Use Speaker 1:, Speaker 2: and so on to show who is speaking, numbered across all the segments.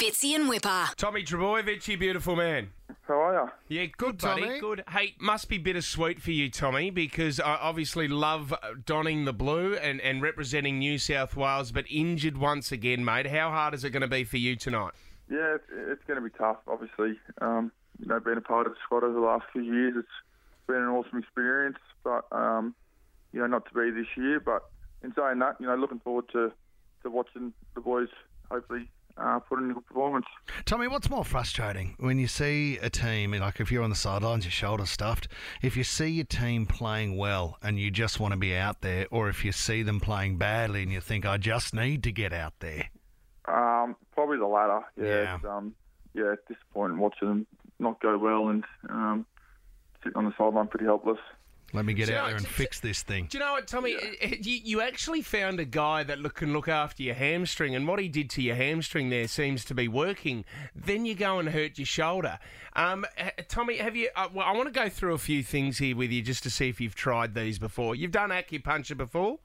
Speaker 1: Fitzy and Whipper.
Speaker 2: Tommy Trebojevic, you beautiful man.
Speaker 3: How are you?
Speaker 2: Yeah, good, buddy.
Speaker 4: Tommy.
Speaker 2: Good. Hey, must be bittersweet for you, Tommy, because I obviously love uh, donning the blue and, and representing New South Wales, but injured once again, mate. How hard is it going to be for you tonight?
Speaker 3: Yeah, it's, it's going to be tough. Obviously, um, you know, being a part of the squad over the last few years, it's been an awesome experience. But um, you know, not to be this year. But in saying that, you know, looking forward to to watching the boys. Hopefully, uh, put in a good performance.
Speaker 4: Tommy, what's more frustrating when you see a team, like if you're on the sidelines, your shoulder's stuffed, if you see your team playing well and you just want to be out there, or if you see them playing badly and you think, I just need to get out there?
Speaker 3: Um, probably the latter. Yeah.
Speaker 4: Yeah.
Speaker 3: It's, um, yeah. It's disappointing watching them not go well and um, sitting on the sideline pretty helpless.
Speaker 4: Let me get
Speaker 2: So,
Speaker 4: out there and
Speaker 2: so-
Speaker 4: fix this thing.
Speaker 2: Do you know what, Tommy? Eh, You, you actually found a guy that look, can look after your hamstring, and what he did to your hamstring there seems to be working. Then you go and hurt your shoulder. Um, h- Tommy, have you? Uh, well, I want to go through a few things here with you just to see if you've tried these before. You've done acupuncture before.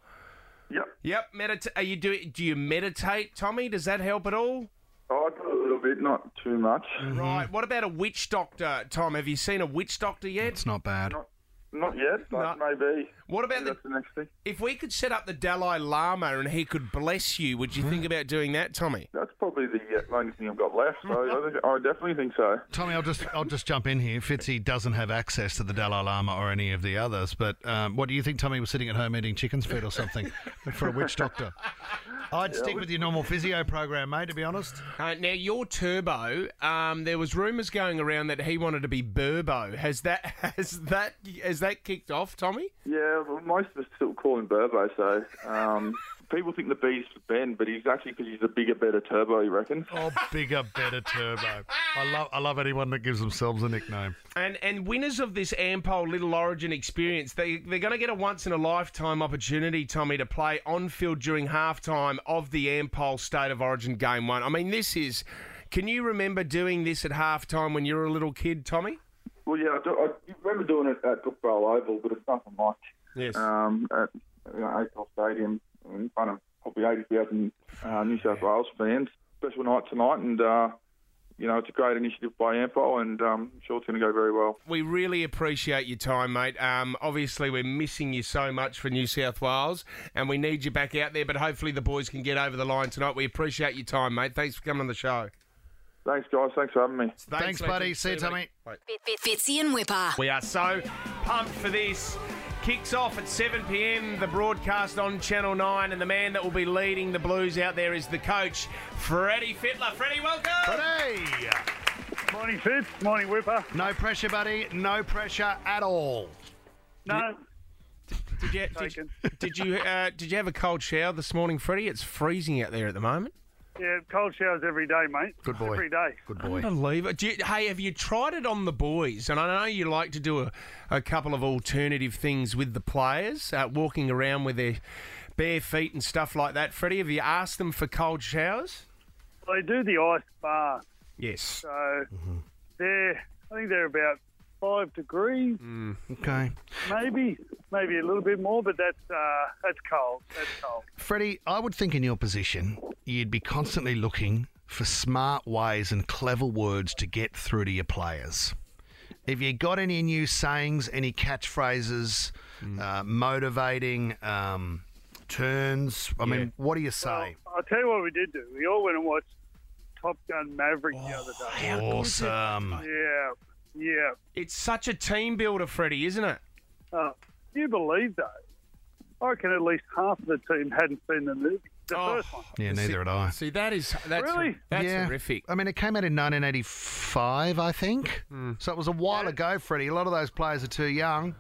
Speaker 3: Yep.
Speaker 2: Yep. Medita- are you do? Do you meditate, Tommy? Does that help at all?
Speaker 3: Oh, I do a little bit, not too much.
Speaker 2: Right. What about a witch doctor, Tom? Have you seen a witch doctor yet?
Speaker 4: It's not bad.
Speaker 3: Not yet, but maybe.
Speaker 2: What about
Speaker 3: Maybe
Speaker 2: the
Speaker 3: that's the next thing?
Speaker 2: If we could set up the Dalai Lama and he could bless you, would you think about doing that, Tommy?
Speaker 3: That's probably the uh, only thing I've got left. So I, think, I definitely think so.
Speaker 4: Tommy, I'll just I'll just jump in here. Fitzy doesn't have access to the Dalai Lama or any of the others, but um, what do you think Tommy was sitting at home eating chicken's feet or something for a witch doctor? I'd stick with your normal physio program, mate. To be honest,
Speaker 2: Uh, now, your Turbo, um, there was rumours going around that he wanted to be Burbo. Has that has that has that kicked off, Tommy?
Speaker 3: Yeah, well, most of us still call him Burbo. So um, people think the B's for Ben, but he's actually because he's a bigger, better turbo. You reckon?
Speaker 4: oh, bigger, better turbo. I love I love anyone that gives themselves a nickname.
Speaker 2: And and winners of this Ampol Little Origin experience, they they're going to get a once in a lifetime opportunity, Tommy, to play on field during halftime of the Ampol State of Origin Game One. I mean, this is. Can you remember doing this at halftime when you were a little kid, Tommy?
Speaker 3: Well, yeah, I, do, I remember doing it at Brookvale Oval, but it's nothing like
Speaker 2: Yes.
Speaker 3: um, at you know, ACOL Stadium in front of probably eighty thousand uh, New South Wales fans. Special night tonight, and uh, you know it's a great initiative by Ampo, and um, I'm sure it's going to go very well.
Speaker 2: We really appreciate your time, mate. Um, obviously, we're missing you so much for New South Wales, and we need you back out there. But hopefully, the boys can get over the line tonight. We appreciate your time, mate. Thanks for coming on the show.
Speaker 3: Thanks, guys. Thanks for having me.
Speaker 4: Thanks, buddy.
Speaker 2: legend.
Speaker 4: See you, Tommy.
Speaker 2: Bye.
Speaker 1: Fitzy and Whipper.
Speaker 2: We are so pumped for this. Kicks off at 7 p.m. The broadcast on Channel 9, and the man that will be leading the Blues out there is the coach, Freddie Fittler. Freddie, welcome.
Speaker 4: Buddy.
Speaker 5: Morning, Fitz. Morning, Whipper.
Speaker 4: No pressure, buddy. No pressure at all.
Speaker 5: No,
Speaker 2: Did you, did, you- did you uh, did you have a cold shower this morning, Freddie? It's freezing out there at the moment.
Speaker 5: yeah, cold showers every day, mate.
Speaker 4: Good boy.
Speaker 5: Every day.
Speaker 4: Good boy.
Speaker 2: Unbelievable. Do you, hey, have you tried it on the boys? And I know you like to do a, a couple of alternative things with the players, uh, walking around with their bare feet and stuff like that. Freddie, have you asked them for cold showers?
Speaker 5: They do the ice bath,
Speaker 2: Yes.
Speaker 5: so
Speaker 4: Mm-hmm.
Speaker 5: they're, I think they're about five degrees,
Speaker 4: Mm. Okay.
Speaker 5: maybe, maybe a little bit more, but that's uh, that's cold. That's cold.
Speaker 4: Freddie, I would think in your position, you'd be constantly looking for smart ways and clever words to get through to your players. If you got any new sayings, any catchphrases, uh, motivating um, turns, I mean, what do you say?
Speaker 5: I'll tell you what we did do. We all went and watched Top Gun Maverick the other
Speaker 4: Oh.
Speaker 5: day.
Speaker 4: awesome.
Speaker 5: Yeah, yeah.
Speaker 2: It's such a team builder, Freddie, isn't it?
Speaker 5: Uh, do you believe that? I reckon at least half of the team hadn't seen the movie, the
Speaker 2: Oh.
Speaker 5: first one.
Speaker 4: Yeah, neither had I.
Speaker 2: See, that is that's
Speaker 5: Really?
Speaker 2: that's
Speaker 4: yeah.
Speaker 2: horrific.
Speaker 4: I mean, it came out in 1985, I think.
Speaker 2: Hmm.
Speaker 4: So it was a while ago, Freddie. A lot of those players are too young.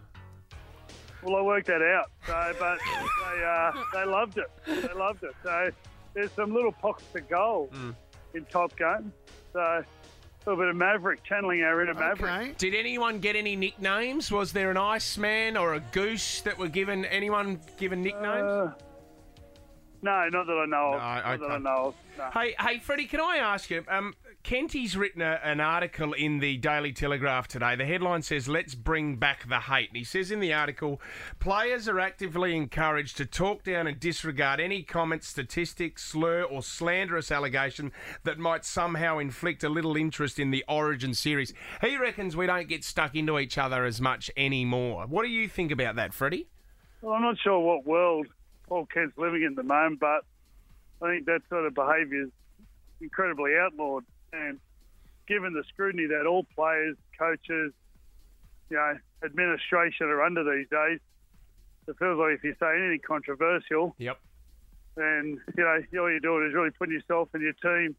Speaker 5: Well, I worked that out, so, but they, uh, they loved it. They loved it. So there's some little pockets of gold in Top Gun. So a little bit of Maverick, channeling our inner Maverick.
Speaker 4: Okay.
Speaker 2: Did anyone get any nicknames? Was there an Iceman or a Goose that were given anyone given nicknames?
Speaker 5: Uh, no, not that I know
Speaker 2: No,
Speaker 5: of. Not that I
Speaker 2: okay.
Speaker 5: know of. No.
Speaker 2: Hey, hey, Freddie, can I ask you? Um, Kenty's written a, an article in the Daily Telegraph today. The headline says, Let's bring back the hate. And he says in the article, players are actively encouraged to talk down and disregard any comment, statistic, slur, or slanderous allegation that might somehow inflict a little interest in the Origin series. He reckons we don't get stuck into each other as much anymore. What do you think about that, Freddie?
Speaker 5: Well, I'm not sure what world Paul Kent's living in at the moment, but I think that sort of behaviour is incredibly outlawed. And given the scrutiny that all players, coaches, you know, administration are under these days, it feels like if you say anything controversial,
Speaker 2: Yep.
Speaker 5: then you know all you're doing is really putting yourself and your team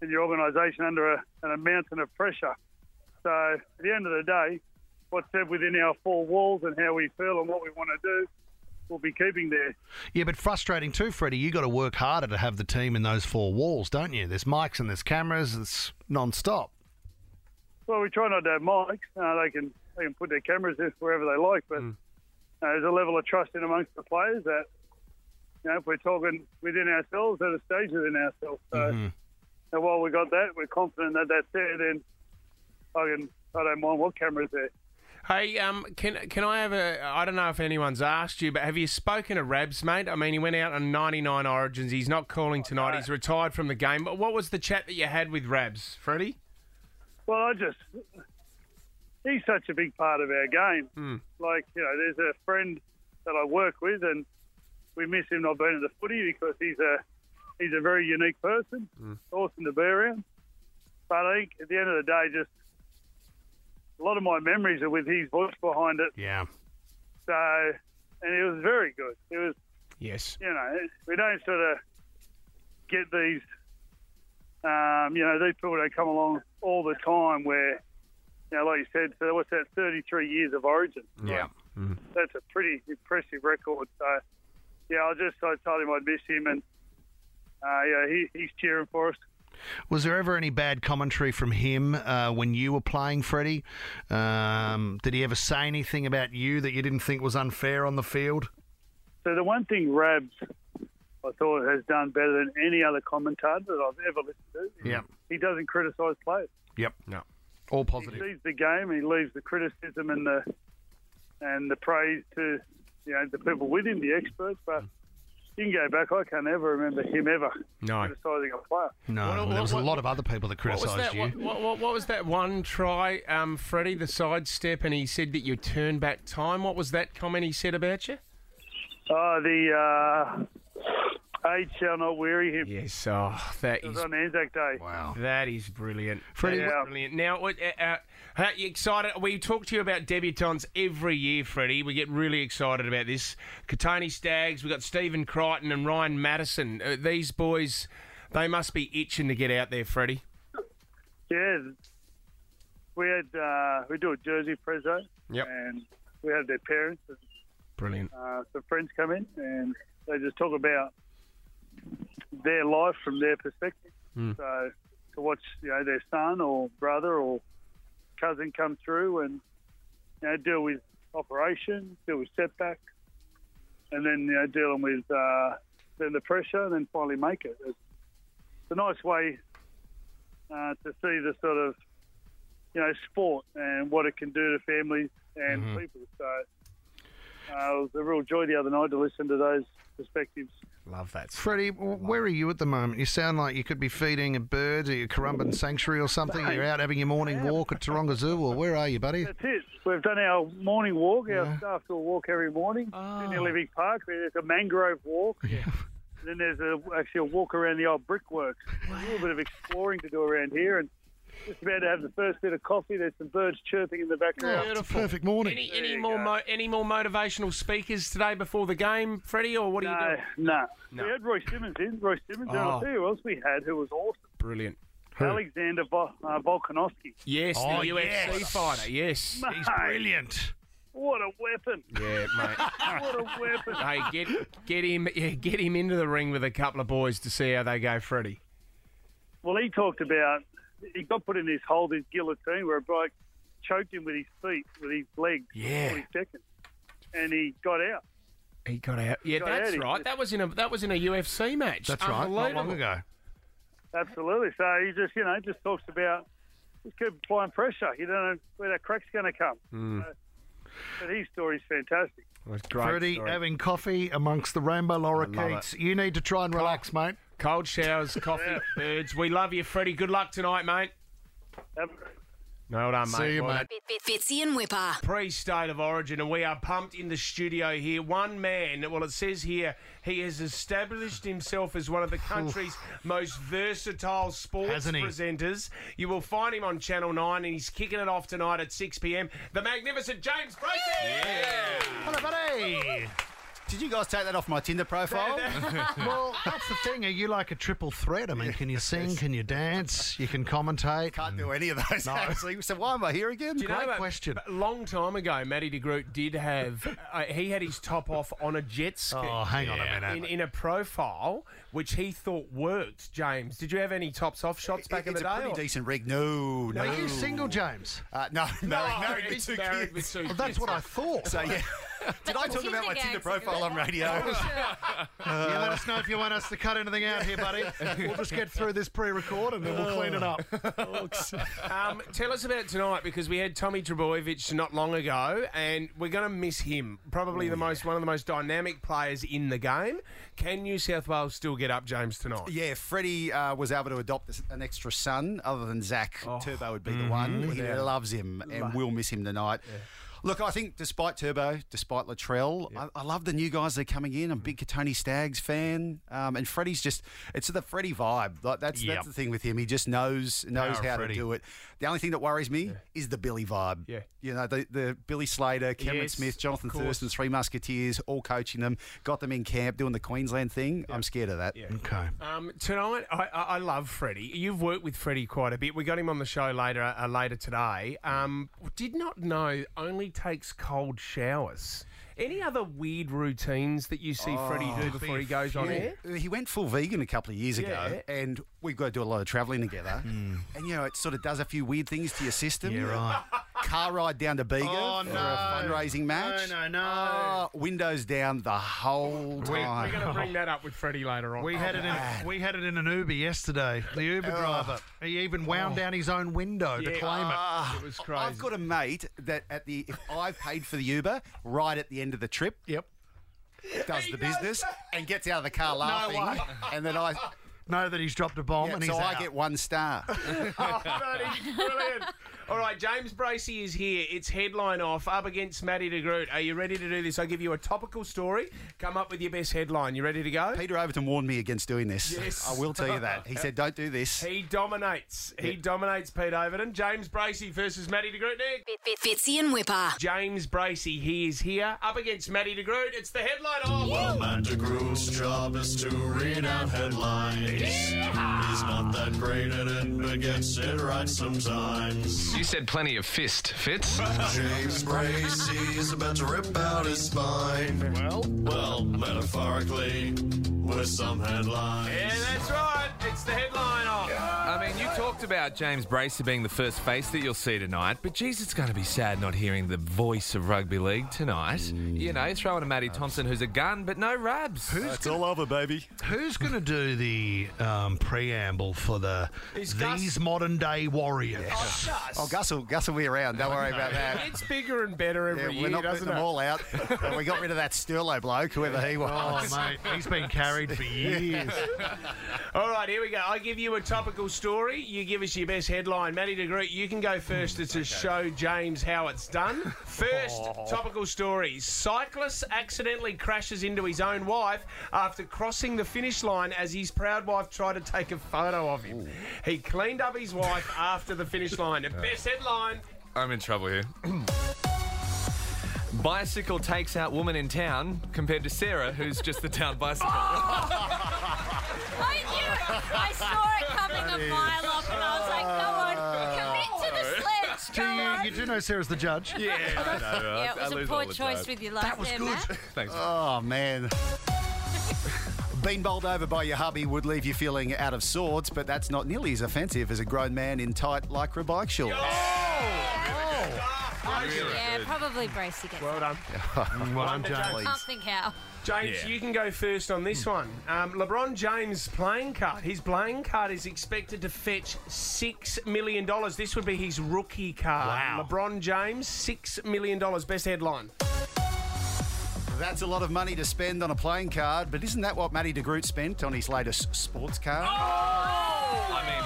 Speaker 5: and your organisation under a, an, a mountain of pressure. So at the end of the day, what's said within our four walls and how we feel and what we want to do, we'll be keeping there.
Speaker 4: Yeah, but frustrating too, Freddie. You got to work harder to have the team in those four walls, don't you? There's mics and there's cameras. It's non-stop.
Speaker 5: Well, we try not to have mics. Uh, they can they can put their cameras in wherever they like, but uh, there's a level of trust in amongst the players that you know if we're talking within ourselves, at a stage within ourselves. So, and while we got that, we're confident that that's there. Then I can I don't mind what camera's there.
Speaker 2: Hey, um, can can I have a? I don't know if anyone's asked you, but have you spoken to Rabs, mate? I mean, he went out on 99 Origins. He's not calling tonight. He's retired from the game. But what was the chat that you had with Rabs, Freddie?
Speaker 5: Well, I just he's such a big part of our game. Like you know, there's a friend that I work with, and we miss him not being at the footy because he's a he's a very unique person, awesome to be around. But I think at the end of the day, just a lot of my memories are with his voice behind it.
Speaker 4: Yeah.
Speaker 5: So, and it was very good. It was
Speaker 2: Yes.
Speaker 5: you know, we don't sort of get these, um, you know, these people that come along all the time where, you know, like you said, so what's that, 33 years of origin?
Speaker 4: Yeah.
Speaker 5: That's a pretty impressive record. So, yeah, I just I told him I'd miss him and, uh, yeah, he, he's cheering for us.
Speaker 4: Was there ever any bad commentary from him uh, when you were playing, Freddie? Um, did he ever say anything about you that you didn't think was unfair on the field?
Speaker 5: So the one thing Rabs, I thought, has done better than any other commentator that I've ever listened to.
Speaker 4: Yep.
Speaker 5: He doesn't criticise players.
Speaker 4: Yep.
Speaker 2: No.
Speaker 4: All
Speaker 5: he
Speaker 4: positive.
Speaker 5: sees the game and he leaves the criticism and the and the praise to you know the people with him, the experts. But you can go back. I can't ever remember him ever
Speaker 2: No.
Speaker 5: criticising a player.
Speaker 4: No,
Speaker 2: What-
Speaker 4: well, there was a
Speaker 2: what-
Speaker 4: lot of other people that
Speaker 2: What was
Speaker 4: criticised
Speaker 2: that?
Speaker 4: you.
Speaker 2: What, what, what, what was that one try, um, Freddie? The sidestep, and he said that you turn back time. What was that comment he said about you?
Speaker 5: Oh, the uh, age shall not weary him.
Speaker 2: Yes. Oh, that
Speaker 5: It
Speaker 2: is
Speaker 5: was on Anzac Day.
Speaker 4: Wow.
Speaker 2: That is brilliant.
Speaker 4: Freddie,
Speaker 2: That is
Speaker 5: Yeah.
Speaker 2: brilliant. Now, what- uh, uh, are you excited? We talk to you about debutants every year, Freddie. We get really excited about this. Katoni Staggs, we've got Stephen Crichton and Ryan Madison. Uh, these boys, they must be itching to get out there, Freddie.
Speaker 5: Yeah, we had uh, we do a jersey prezzo.
Speaker 2: Yep.
Speaker 5: And we had their parents and
Speaker 2: Brilliant.
Speaker 5: uh, some friends come in and they just talk about their life from their perspective. So to watch, you know, their son or brother or cousin come through and you know, deal with operation, deal with setbacks, and then you know dealing with uh, then the pressure, and then finally make it. It's a nice way uh, to see the sort of you know sport and what it can do to families and people. So uh, it was a real joy the other night to listen to those perspectives.
Speaker 2: Love that.
Speaker 4: Freddie, w- where are you at the moment? You sound like you could be feeding a bird at your Currumbin Sanctuary or something. You're out having your morning walk at Taronga Zoo, or where are you, buddy?
Speaker 5: That's it. We've done our morning walk. Our staff do a walk every morning in the Olympic Park. There's a mangrove walk. And then there's a, actually a walk around the old brickworks. There's A little bit of exploring to do around here, and just about to have the first bit of coffee. There's some birds chirping in the background.
Speaker 4: Oh, It's a perfect morning.
Speaker 2: Any, any more mo- any more motivational speakers today before the game, Freddie, or what are you
Speaker 5: No,
Speaker 2: doing?
Speaker 5: no, We had Roy Simmons in. Roy Simmons, and
Speaker 2: Oh.
Speaker 5: I'll tell you who else we had who was awesome.
Speaker 2: Brilliant.
Speaker 5: Alexander Vol- uh, Volkanovski.
Speaker 2: Yes,
Speaker 4: Oh,
Speaker 2: the UFC
Speaker 4: yes.
Speaker 2: fighter. Yes.
Speaker 4: He's brilliant.
Speaker 5: What a weapon!
Speaker 2: Yeah, mate.
Speaker 5: What a weapon!
Speaker 2: hey, get get him yeah, get him into the ring with a couple of boys to see how they go, Freddie.
Speaker 5: Well, he talked about he got put in this hold, his guillotine, where a bloke choked him with his feet, with his legs, for
Speaker 2: Yeah.
Speaker 5: 40 seconds, and he got out.
Speaker 2: He got out. Yeah,
Speaker 5: got
Speaker 2: that's
Speaker 5: out. He-
Speaker 2: right. That was in a that was in a UFC match.
Speaker 4: That's right. Not long
Speaker 2: Unbelievable.
Speaker 4: ago.
Speaker 5: Absolutely. So he just, you know, just talks about just keep applying pressure. You don't know where that crack's going to come. So, but his story's fantastic.
Speaker 2: That's great.
Speaker 4: Freddie
Speaker 2: story.
Speaker 4: having coffee amongst the rainbow lorikeets. You need to try and relax, mate.
Speaker 2: Cold showers, coffee, birds. We love you, Freddie. Good luck tonight, mate.
Speaker 5: Have-
Speaker 2: Well done, mate.
Speaker 4: See you,
Speaker 2: Well
Speaker 4: mate.
Speaker 2: done.
Speaker 1: Fit- Fit- Fitzy and Whipper.
Speaker 2: pre-state of origin, and we are pumped in the studio here. One man, well, it says here he has established himself as one of the country's most versatile sports
Speaker 4: Hasn't he?
Speaker 2: presenters. You will find him on Channel Nine, and he's kicking it off tonight at six pm. The magnificent James Bracey.
Speaker 4: Hello, buddy.
Speaker 6: Did you guys take that off my Tinder profile?
Speaker 4: well, that's the thing. Are you like a triple threat? I mean, can you sing? Can you dance? You can commentate.
Speaker 6: Can't do any of those, actually. So why am I here again?
Speaker 2: Do you know
Speaker 4: Great
Speaker 2: that-
Speaker 4: question.
Speaker 2: A long time ago, Matty de Groot did have uh, he had his top off on a jet ski.
Speaker 4: Oh, hang on a minute.
Speaker 2: In, in a profile which he thought worked, James. Did you have any tops off shots back
Speaker 6: it's
Speaker 2: in the
Speaker 6: a
Speaker 2: day?
Speaker 6: pretty
Speaker 2: or-
Speaker 6: decent rig. No, no.
Speaker 4: Are you single, James?
Speaker 6: Uh, no, married, married with
Speaker 2: Oh, he's
Speaker 6: two
Speaker 2: married
Speaker 6: kids.
Speaker 2: with two
Speaker 4: Well, that's
Speaker 2: kids.
Speaker 4: what I thought.
Speaker 6: So yeah. Did I talk
Speaker 1: Tinder
Speaker 6: about my
Speaker 1: gags
Speaker 6: Tinder
Speaker 1: are
Speaker 6: profile on radio?
Speaker 4: yeah, let us know if you want us to cut anything out here, buddy. Uh, We'll just get through this pre-record and then we'll clean it up.
Speaker 2: Um, tell us about tonight because we had Tommy Trebojevic not long ago, and we're going to miss him.
Speaker 4: Oh,
Speaker 2: Probably the most one of the most dynamic players in the game. Can New South Wales still get up, James, tonight?
Speaker 6: Yeah, Freddie uh, was able to adopt this- an extra son. Other than Zach,
Speaker 2: Oh.
Speaker 6: Turbo would be
Speaker 2: Mm-hmm.
Speaker 6: the one. He loves him and will miss him tonight. Look, I think despite Turbo, despite Latrell, I, I love the new guys that are coming in. I'm a big
Speaker 2: Mm-hmm.
Speaker 6: Katoni Staggs fan, um, and Freddie's just—it's the Freddie vibe. Like that's
Speaker 4: Yep.
Speaker 6: that's the thing with him. He just knows knows
Speaker 4: Power
Speaker 6: how
Speaker 4: Freddie.
Speaker 6: to do it. The only thing that worries me is the Billy vibe.
Speaker 2: Yeah.
Speaker 6: you know the, the Billy Slater, Cameron
Speaker 2: Yes,
Speaker 6: Smith,
Speaker 2: of
Speaker 6: Jonathan
Speaker 2: course.
Speaker 6: Thurston, Three Musketeers, all coaching them, got them in camp doing the Queensland thing. I'm scared of that.
Speaker 4: Okay.
Speaker 2: Um, tonight, I, I, I love Freddie. You've worked with Freddie quite a bit. We got him on the show later uh, later today. Um, did not know only takes cold showers. Any other weird routines that you see Freddie
Speaker 4: Oh,
Speaker 2: do before he goes on air?
Speaker 6: Uh, He went full vegan a couple of years ago,
Speaker 2: Yeah.
Speaker 6: and we've got to do a lot of travelling together. And you know, it sort of does a few weird things to your system.
Speaker 4: Hmm. Yeah, right.
Speaker 6: Car ride down to Bega
Speaker 4: Oh,
Speaker 6: for
Speaker 4: no.
Speaker 6: a fundraising match.
Speaker 4: No, no, no.
Speaker 6: Oh, windows down the whole
Speaker 2: We're
Speaker 6: time.
Speaker 2: going to bring that up with Freddie later on.
Speaker 4: Oh. We had it in we had it in an Uber yesterday. The Uber driver. He even wound down his own window to
Speaker 2: Yeah.
Speaker 4: claim it.
Speaker 6: Ah,
Speaker 2: Oh, It was crazy.
Speaker 6: I've got a mate that at the if I paid for the Uber right at the end of the trip,
Speaker 4: Yep.
Speaker 6: does
Speaker 2: He
Speaker 6: the
Speaker 2: does
Speaker 6: business and gets out of the car laughing,
Speaker 4: way.
Speaker 6: and then I
Speaker 4: Know that he's dropped a bomb
Speaker 6: yeah,
Speaker 4: and he's
Speaker 6: so I
Speaker 4: out.
Speaker 6: get one star.
Speaker 2: Oh, that is brilliant. All right, James Bracey is here. It's headline off up against Matty de Groot. Are you ready to do this? I'll give you a topical story. Come up with your best headline. You ready to go?
Speaker 6: Peter Overton warned me against doing this.
Speaker 2: Yes.
Speaker 6: I will tell you that. He said, "Don't do this."
Speaker 2: He dominates. He dominates Pete Overton. James Bracey versus Matty de Groot. Nick.
Speaker 1: Fit- Fit- Fitzy and Whipper.
Speaker 2: James Bracey, he is here up against Matty de Groot. It's the headline off.
Speaker 7: Well, Matt DeGroot's job is to read out headlines. He's not that great at it, but gets it right sometimes.
Speaker 8: You said plenty of fist, Fitz.
Speaker 7: James Bracey's about to rip out his spine. Well, well, metaphorically, with some headlines.
Speaker 2: Yeah, that's right. It's the headline off.
Speaker 9: I mean, you talked about James Bracer being the first face that you'll see tonight, but geez, it's going to be sad not hearing the voice of rugby league tonight. You know, throwing a Matty Thompson who's a gun, but no rabs.
Speaker 7: It's all over, baby.
Speaker 4: Who's going to do the um, preamble for the
Speaker 2: Is Gus-
Speaker 4: these modern day warriors?
Speaker 6: Oh, Gus will, Gus will be around. Don't worry about that.
Speaker 2: It's bigger and better
Speaker 6: Yeah,
Speaker 2: every
Speaker 6: we're
Speaker 2: year,
Speaker 6: not putting
Speaker 2: doesn't it?
Speaker 6: them all out. And we got rid of that Sturlo bloke, whoever he
Speaker 4: Oh,
Speaker 6: was.
Speaker 4: mate, he's been carried for years.
Speaker 2: All right, here we go. I give you a topical story. You give us your best headline. Matty de Groot, you can go first to show James how it's done. First
Speaker 4: Oh.
Speaker 2: topical story. Cyclist accidentally crashes into his own wife after crossing the finish line as his proud wife tried to take a photo of him. He cleaned up his wife after the finish line. The best headline.
Speaker 9: I'm in trouble here. Bicycle takes out woman in town compared to Sarah, who's just the town bicycle.
Speaker 10: I knew it. I saw it coming a mile off, and I was like, "Come on, commit to the sledge."
Speaker 4: do
Speaker 10: Go
Speaker 4: you,
Speaker 10: on.
Speaker 4: you do know Sarah's the judge?
Speaker 9: yeah, I know, I-
Speaker 10: yeah,
Speaker 9: I
Speaker 10: it was
Speaker 9: lose
Speaker 10: a
Speaker 9: all
Speaker 10: poor
Speaker 9: the
Speaker 10: choice
Speaker 9: time.
Speaker 10: with your last
Speaker 4: That was
Speaker 10: there,
Speaker 4: good.
Speaker 10: Matt.
Speaker 9: Thanks.
Speaker 6: Oh, man. Being bowled over by your hubby would leave you feeling out of sorts, but that's not nearly as offensive as a grown man in tight lycra bike shorts.
Speaker 2: Oh!
Speaker 10: yeah, probably Bracey gets
Speaker 2: Well done.
Speaker 4: Well done,
Speaker 10: it.
Speaker 4: James.
Speaker 10: Something how.
Speaker 2: James,
Speaker 9: Yeah. Hmm.
Speaker 2: you can go first on this one. Um, LeBron James' playing card. His playing card is expected to fetch six million dollars. This would be his rookie card.
Speaker 4: Wow.
Speaker 2: LeBron James, six million dollars. Best headline.
Speaker 6: That's a lot of money to spend on a playing card, but isn't that what Matty de Groot spent on his latest sports card?
Speaker 9: Oh!
Speaker 4: Oh.
Speaker 9: I mean,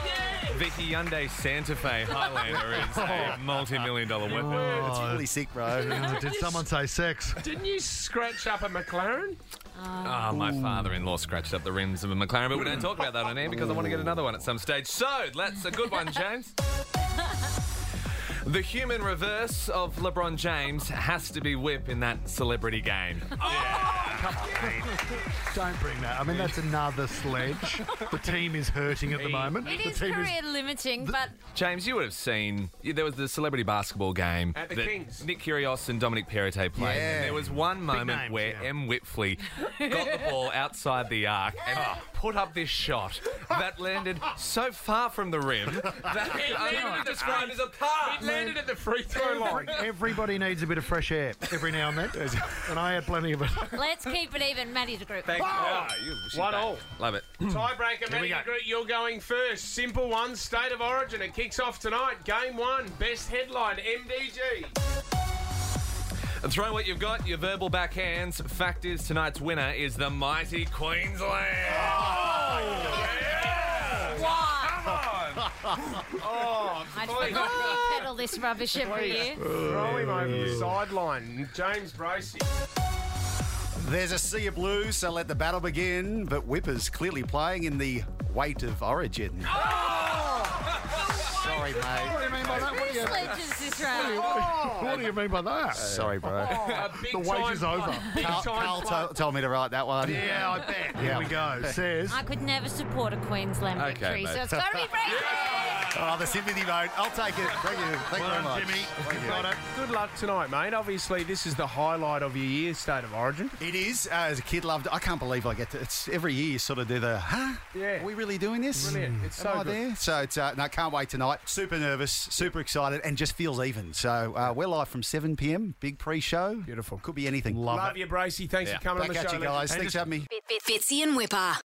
Speaker 9: Vicky Hyundai Santa Fe Highlander is a multi-million dollar weapon.
Speaker 6: It's really sick, bro.
Speaker 4: Oh, did someone say sex?
Speaker 2: Didn't you scratch up a McLaren?
Speaker 9: Ah, my father-in-law scratched up the rims of a McLaren, but we don't talk about that on air because I want to get another one at some stage. So that's a good one, James. The human reverse of LeBron James has to be Whip in that celebrity game.
Speaker 4: Don't bring that. I mean, that's another sledge. The team is hurting at the moment.
Speaker 10: It
Speaker 4: the
Speaker 10: is
Speaker 4: team
Speaker 10: career limiting, but
Speaker 9: James, you would have seen yeah, there was the celebrity basketball game
Speaker 2: At the
Speaker 9: that
Speaker 2: Kings.
Speaker 9: Nick Kyrgios and Dominic Perrottet played.
Speaker 6: Yeah.
Speaker 9: And there was one moment
Speaker 4: names,
Speaker 9: where
Speaker 4: yeah.
Speaker 9: M. Whitfley got the ball outside the arc and put up this shot that landed so far from the rim that it only described as a pass.
Speaker 2: It landed at the free throw line.
Speaker 4: Everybody needs a bit of fresh air every now and then, and I had plenty of it.
Speaker 10: let's keep it even. Maddie to group.
Speaker 9: Thank you. Oh, you
Speaker 2: One
Speaker 9: back.
Speaker 2: all.
Speaker 9: Love it.
Speaker 2: Tiebreaker,
Speaker 9: Hmm.
Speaker 2: Matty
Speaker 9: we go.
Speaker 2: Groot, you're going first. Simple one, state of origin. It kicks off tonight. Game one, best headline, MDG.
Speaker 9: Throw what you've got, your verbal backhands. Fact is, tonight's winner is the mighty Queensland. Yeah.
Speaker 10: Why?
Speaker 9: Come on. Oh,
Speaker 10: I forgot you peddle this rubbish every year.
Speaker 2: Throw him over the sideline. James Bracey.
Speaker 6: There's a sea of blue, so let the battle begin. But Whipper's clearly playing in the weight of origin. Sorry,
Speaker 4: do
Speaker 6: mate.
Speaker 4: you mean by that?
Speaker 10: Two sledges this round.
Speaker 4: What do you mean by that?
Speaker 6: Uh, Sorry, bro.
Speaker 4: Oh,
Speaker 2: A big
Speaker 4: The wait
Speaker 2: time
Speaker 4: is over.
Speaker 2: play. Big
Speaker 6: Carl,
Speaker 2: time
Speaker 6: Carl
Speaker 2: play.
Speaker 6: to- told me to write that one.
Speaker 4: Yeah, I bet. Here we go. Says
Speaker 10: I could never support a Queensland
Speaker 9: Okay,
Speaker 10: victory,
Speaker 9: mate.
Speaker 10: so it's got to be Bracey.
Speaker 6: Oh, the sympathy vote. I'll take it. Thank you. Thank you very much. Thank you.
Speaker 2: Good luck tonight, mate. Obviously, this is the highlight of your year, State of Origin.
Speaker 6: It is. Uh, as a kid, loved. it. I can't believe I get to. It's every year. You sort of do the. Huh?
Speaker 2: Yeah.
Speaker 6: Are we really doing this?
Speaker 2: Brilliant. It's so
Speaker 6: Am I
Speaker 2: good.
Speaker 6: there? So it's. Uh, no, I can't wait tonight. Super nervous. Super excited, and just feels even. So uh, we're live from 7 p.m. Big pre-show.
Speaker 2: Beautiful.
Speaker 6: Could be anything.
Speaker 2: Love you, Bracey. Thanks
Speaker 6: Yeah.
Speaker 2: for coming
Speaker 6: Back
Speaker 2: on the
Speaker 6: at
Speaker 2: show.
Speaker 6: you guys. Thanks for having me.
Speaker 1: Fitzy and Whipper.